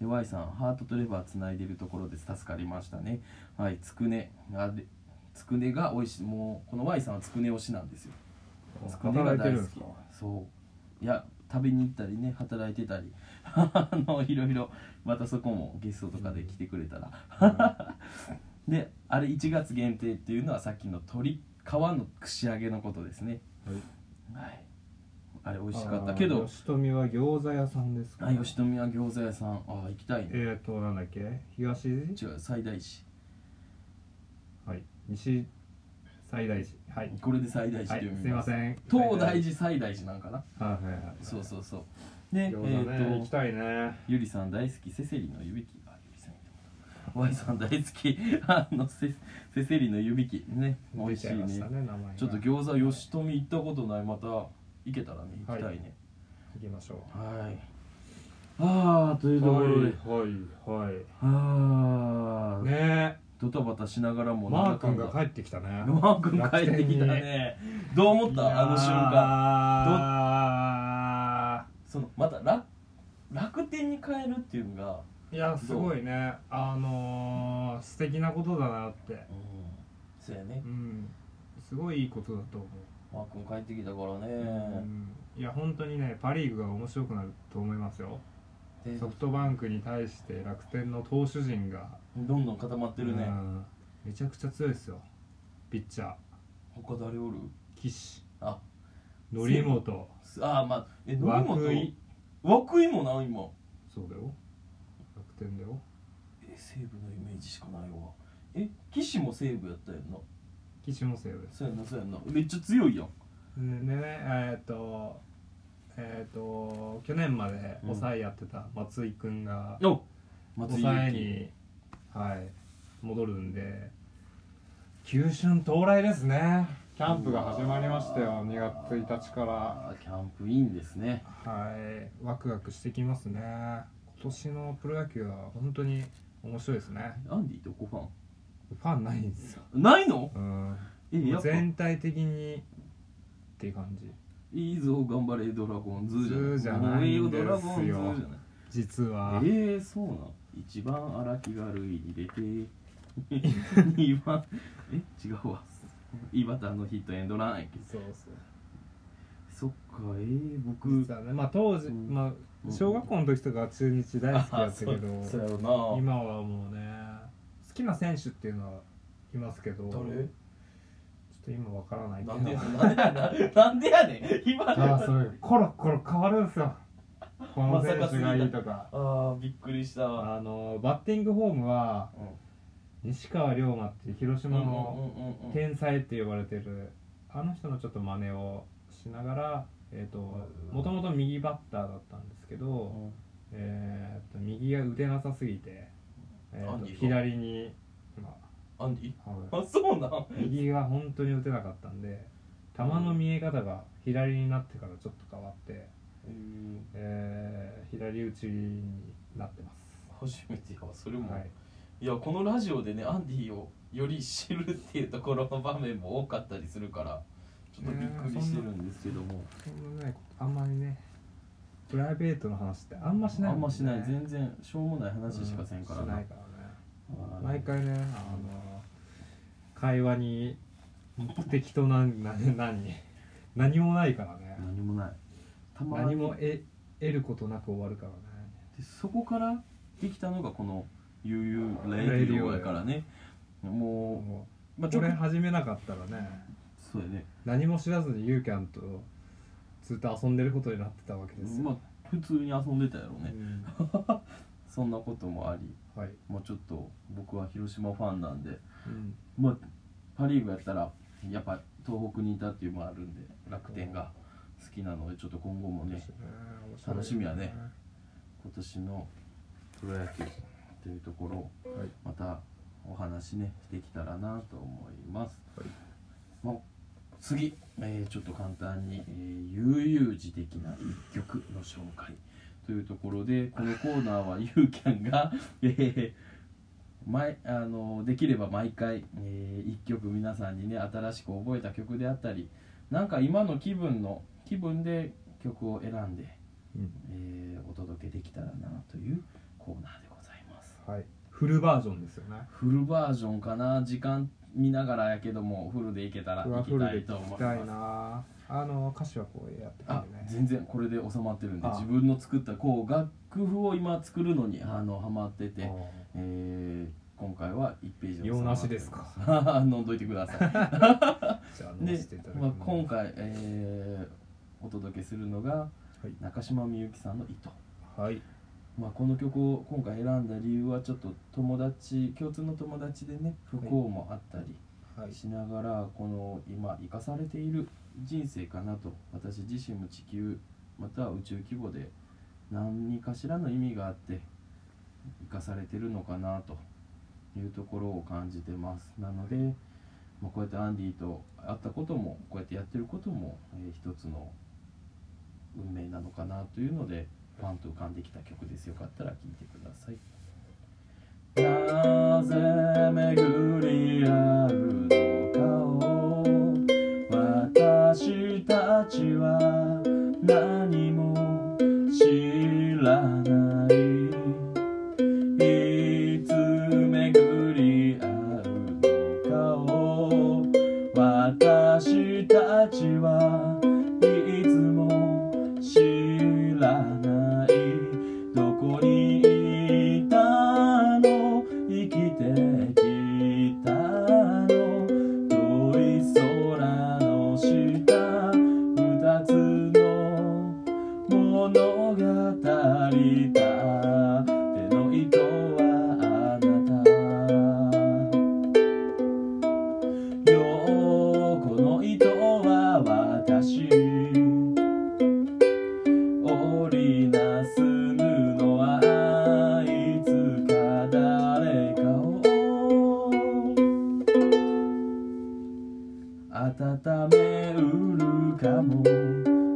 で Y さん、ハートとレバーつないでるところです。助かりましたね。はい、つくね。あれつくねが美味しい。もう、この Y さんはつくね推しなんですよ。つくねが働いて大る好んできすか。そう。いや、食べに行ったりね、働いてたり、 あの、いろいろ、またそこもゲストとかで来てくれたら。 で、あれ1月限定っていうのはさっきの鳥、皮の串揚げのことですね。はい。あれ美味しかったけあーど、吉富は餃子屋さんですかあ吉富屋餃子屋さんあ行きたいねえーとなんだっけ東違う最大寺はい西最大寺はいこれで最大寺はってい読すみいま、ますせん東大寺寺最大寺なんかなはいはいはいそうそうそうで、えっ、餃子ね、行きとたいねゆりさん大好きセセリの湯引きあゆりさんいてもらった Y さん大好き あのセセセリの湯引きね美味しい出ねちゃまたね名前がちょっと餃子吉富行ったことないまた行けたらね行きたいね行きましょうはいああというところで、はいはいはいああ、ねドタバタしながらえもマなーんだ君かんだが帰ってきたねマー君帰ってきたねどう思ったあの瞬間間そのまた楽楽天に変えるっていうのが、いやすごいねあのー、素敵なことだなってそうやねうんすごいいいことだと思マー君帰ってきたからう、うね、ん、いや本当にねパ・リーグが面白くなると思いますよでソフトバンクに対して楽天の投手陣がどんどん固まってるね、うんめちゃくちゃ強いですよピッチャー他誰おる岸あ則本すあーまあえ則本涌井涌井もな今そうだよ楽天だよえ西武のイメージしかないわえ岸も西武やったやんな岸もセーブですそうやんなそうやんなめっちゃ強いやんでねえっ、とえっ、と去年まで抑えやってた松井君がお松井抑え裕に、はい、戻るんで球春到来ですねキャンプが始まりましたよ2月1日から樹キャンプインですねはいワクワクしてきますね今年のプロ野球は本当に面白いですねアンディどこフファンないんですよ、ァンないのうん、えやっぱ全体的にっていう感じいいぞ頑張れドラゴンズじゃなズいじゃないんですよドラゴンズじゃない実はえー、そうなん一番荒気がるい入れて 2番え違うわ岩田のヒットエンドランやっけそうそうそっかえー、僕実はねまあ当時、うんまあ小学校の時とかは中日大好きだったけどあそうそうやろな今はもうね好きな選手っていうのはいますけどちょっと今わからないけどなんでなんでなんでやねん今ああ、そういう、コロコロ変わるんすよ。この選手がいいとか。あーびっくりしたわあのバッティングフォームは西川龍馬っていう広うん島うんうんのうんうん天才って呼ばれてるあの人のちょっと真似をしながらえーともともと右バッターだったんですけど、えー、と右が打てなさすぎて、えーアンとディが左に、まアンディあ、はいあそうなん右が本当に打てなかったんで球の見え方が左になってからちょっと変わって、えー左打ちになってます。初めてやわそれも、はいい、やこのラジオでねアンディをより知るっていうところの場面も多かったりするからちょっとびっくりしてるんですけども、そんなね、あんまりね、プライベートの話ってあんましないあんましない全全然しょうもない話しかせんからしなないからね。はい毎回ね、あの、会話に適当な、な、何、何もないからね。何もないたま何にもえ得ることなく終わるからね。でそこからできたのがこの「悠々レディオ」やからねももう、まあ、うちょこっとれ始めなかったらね、そうやね何も知らずにユーキャンとずっと遊んでることになってたわけですよ。まあ普通に遊んでたやろううね、んそんなこともあり、はい。まあ、ちょっと僕は広島ファンなんでうんまあ、パ・リーグやったらやっぱ東北にいたっていうのもあるんで楽天が好きなのでちょっと今後もね楽しみやね。今年のプロ野球というところをはいまたお話ねできたらなと思います、まあ次、えーちょっと簡単に、えー悠々自適な一曲の紹介というところでこのコーナーは ゆうきゃんが、えー毎あのできれば毎回、え1曲皆さんにね新しく覚えた曲であったりなんか今の気分の気分で曲を選んで、うんえーお届けできたらなというコーナーでございます。はい。フルバージョンですよね。フルバージョンかな時間見ながらやけどもフルでいけたらうわいフきルたでいと聞思きいたいますなあの歌詞はこうやってあくるね全然これで収まってるんであ自分の作ったこう楽譜を今作るのにあのハマってて、あえー今回は1ページ用なしですか 飲んどいてく ださいーじゃあで直していただきまあま、す今回、えーお届けするのが、はい中島みゆきさんの「糸」はいまあ、この曲を今回選んだ理由はちょっと友達共通の友達でね不幸もあったり、はいしながらこの今生かされている人生かなと私自身も地球または宇宙規模で何かしらの意味があって生かされてるのかなというところを感じてますなので、まあ、こうやってアンディと会ったこともこうやってやってることも、えー一つの運命なのかなというのでパンと浮かんできた曲ですよかったら聴いてください。なぜ巡り合うのかを私たちは何も知らないいつ巡り合うのかを私たちはいつも知らないどこにいたの生きてきたの遠い空の下二つの物語た手の糸はあなたよこの糸は私織りなす布はあいつか誰かを温めうるかも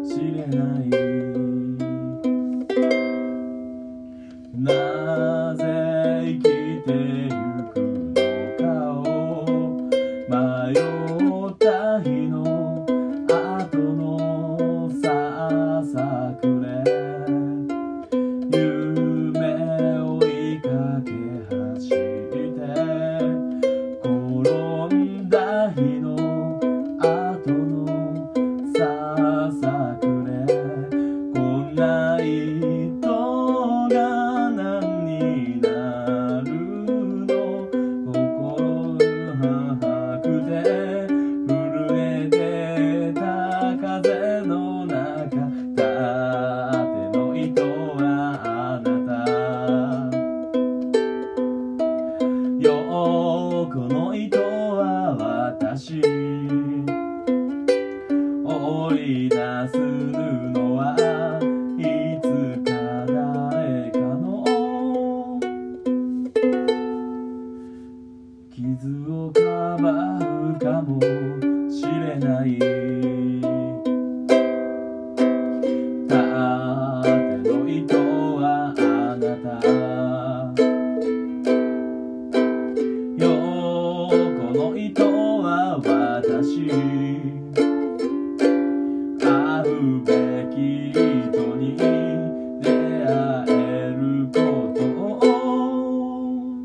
しれないなぜ生きてゆくのかを迷った日の後のささくれ夢を追いかけ走って風の中縦の糸はあなたよこの糸は私織り出す布はいつか誰かの傷をかばうかもしれない縦の糸はあなたよこの糸は私会うべき人に出会えることを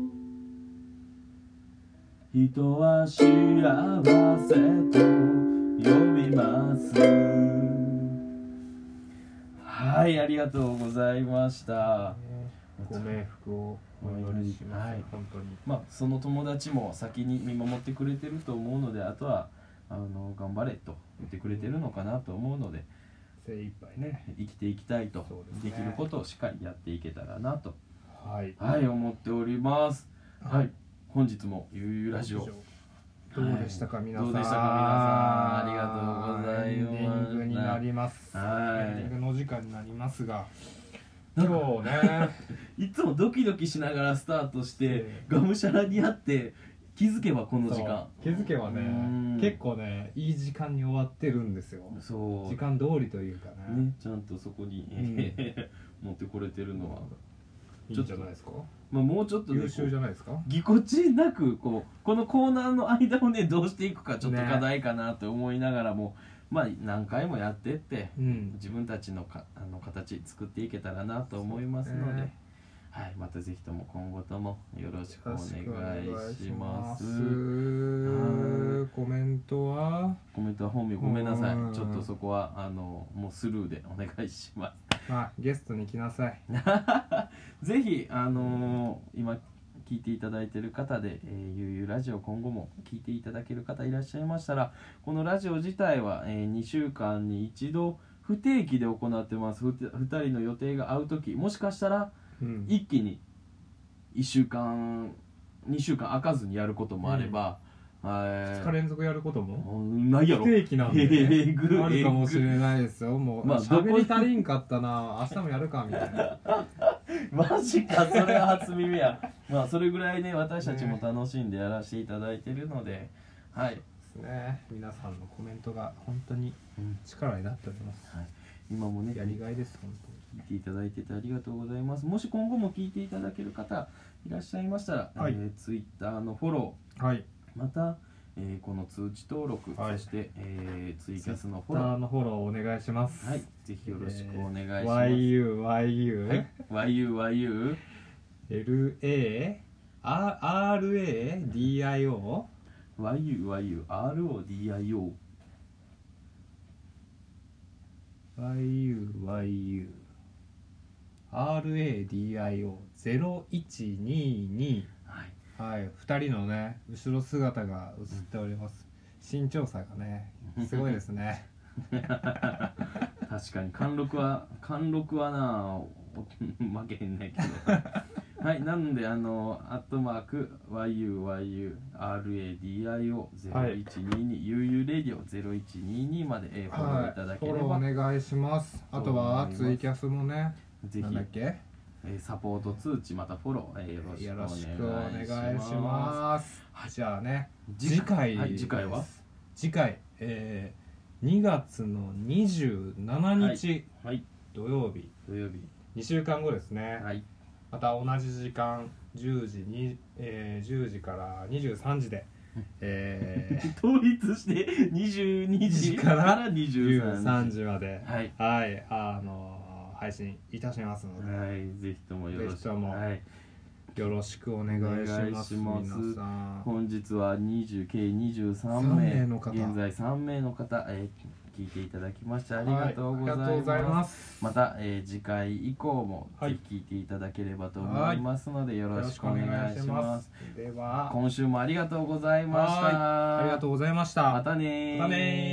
人は幸せと呼びますはいありがとうございましたご冥福をお祈りします、はい本当にまあ、その友達も先に見守ってくれてると思うのであとはあの頑張れと言ってくれてるのかなと思うので精一杯ね生きていきたいとそうですで,、ねきることをしっかりやっていけたらなと、はいはい、思っております。はい、本日もゆうゆうラジどオうでしたか、皆さんどうでしたか皆さんありがとうございますエンディングになります、はいエンディングのお時間になりますがな今ん日かねいつもドキドキしながらスタートしてえがむしゃらにあって気づけばこの時間そう気づけばうんね結構ねいい時間に終わってるんですよそう時間通りというかねねちゃんとそこに、 持ってこれてるのは、いいんじゃないですかまあ、もうちょっとね優秀じゃないですかぎこちなくこうこのコーナーの間をねどうしていくかちょっとね課題かなと思いながらも、まあ何回もやってってうん自分たちのかあの形作っていけたらなと思いますのそうでですねはい、またぜひとも今後ともよろしくお願いしますはコメントはコメントは本名ごめんなさうんいちょっとそこはあのもうスルーでお願いしままあゲストに来なさいす ぜひあのー今聞いていただいている方で、えー、ゆうゆうラジオ今後も聞いていただける方いらっしゃいましたらこのラジオ自体は、え2週間に1度不定期で行ってます2人の予定が合う時もしかしたらうん一気に1週間2週間開かずにやることもあれば、え二ー日連続やることもうんないやろ不定期なんで、えぐあるかもしれないですよもう、まあ喋り足りんかったな明日もやるかみたいなマジかそれは初耳やまあそれぐらいね私たちも楽しんでやらせていただいてるので、はいですね皆さんのコメントが本当にうん力になっております今もねやりがいです本当に聞いていただいててありがとうございますもし今後も聞いていただける方いらっしゃいましたら、はいえー、Twitter のフォロはいーまた、えーこの通知登録、はいそして、えーツイキャスのフフォロォローのフォローお願いしますーはいぜひよろしくお願いします、 YUYU、 YUYU LARADIO YUYURODIO YUYU RADIO 0122はいはい2人のね後ろ姿が映っております身長差がねすごいです ね確かに貫禄は貫禄はなお負けへんねんけどはいなのであのアットマーク YUYURADIO0122 ゆうゆうレディオ0122までえーフォローいただフけォれロば、ーお願いしますあとはツイキャスもねぜなんひだっ、けえーサポート通知またフォロー、えーよよろろししくくおお願願いいししまますじゃあねす次回はい、次回はです次回えー、2月の27日、はい土曜日土曜日2週間後ですね、はいまた同じ時間10時に、えー、10時から23時で、え ー統一して22時から23 13時時まではいはいあのー配信いたしますのではいぜひともよろぜひしくともはいよろしくお願いしますお願いし皆ますさん本日は20計23 3名名の方現在3名の方、えー聞いていただきましてありがとうござはあいまりがす,、とうございますすまた、えー次回以降も、はいぜひ聞いていただければと思いますので、よろしくお願いしますでは今週もありがとうございましたはいありがとうございましたまたねーまたねー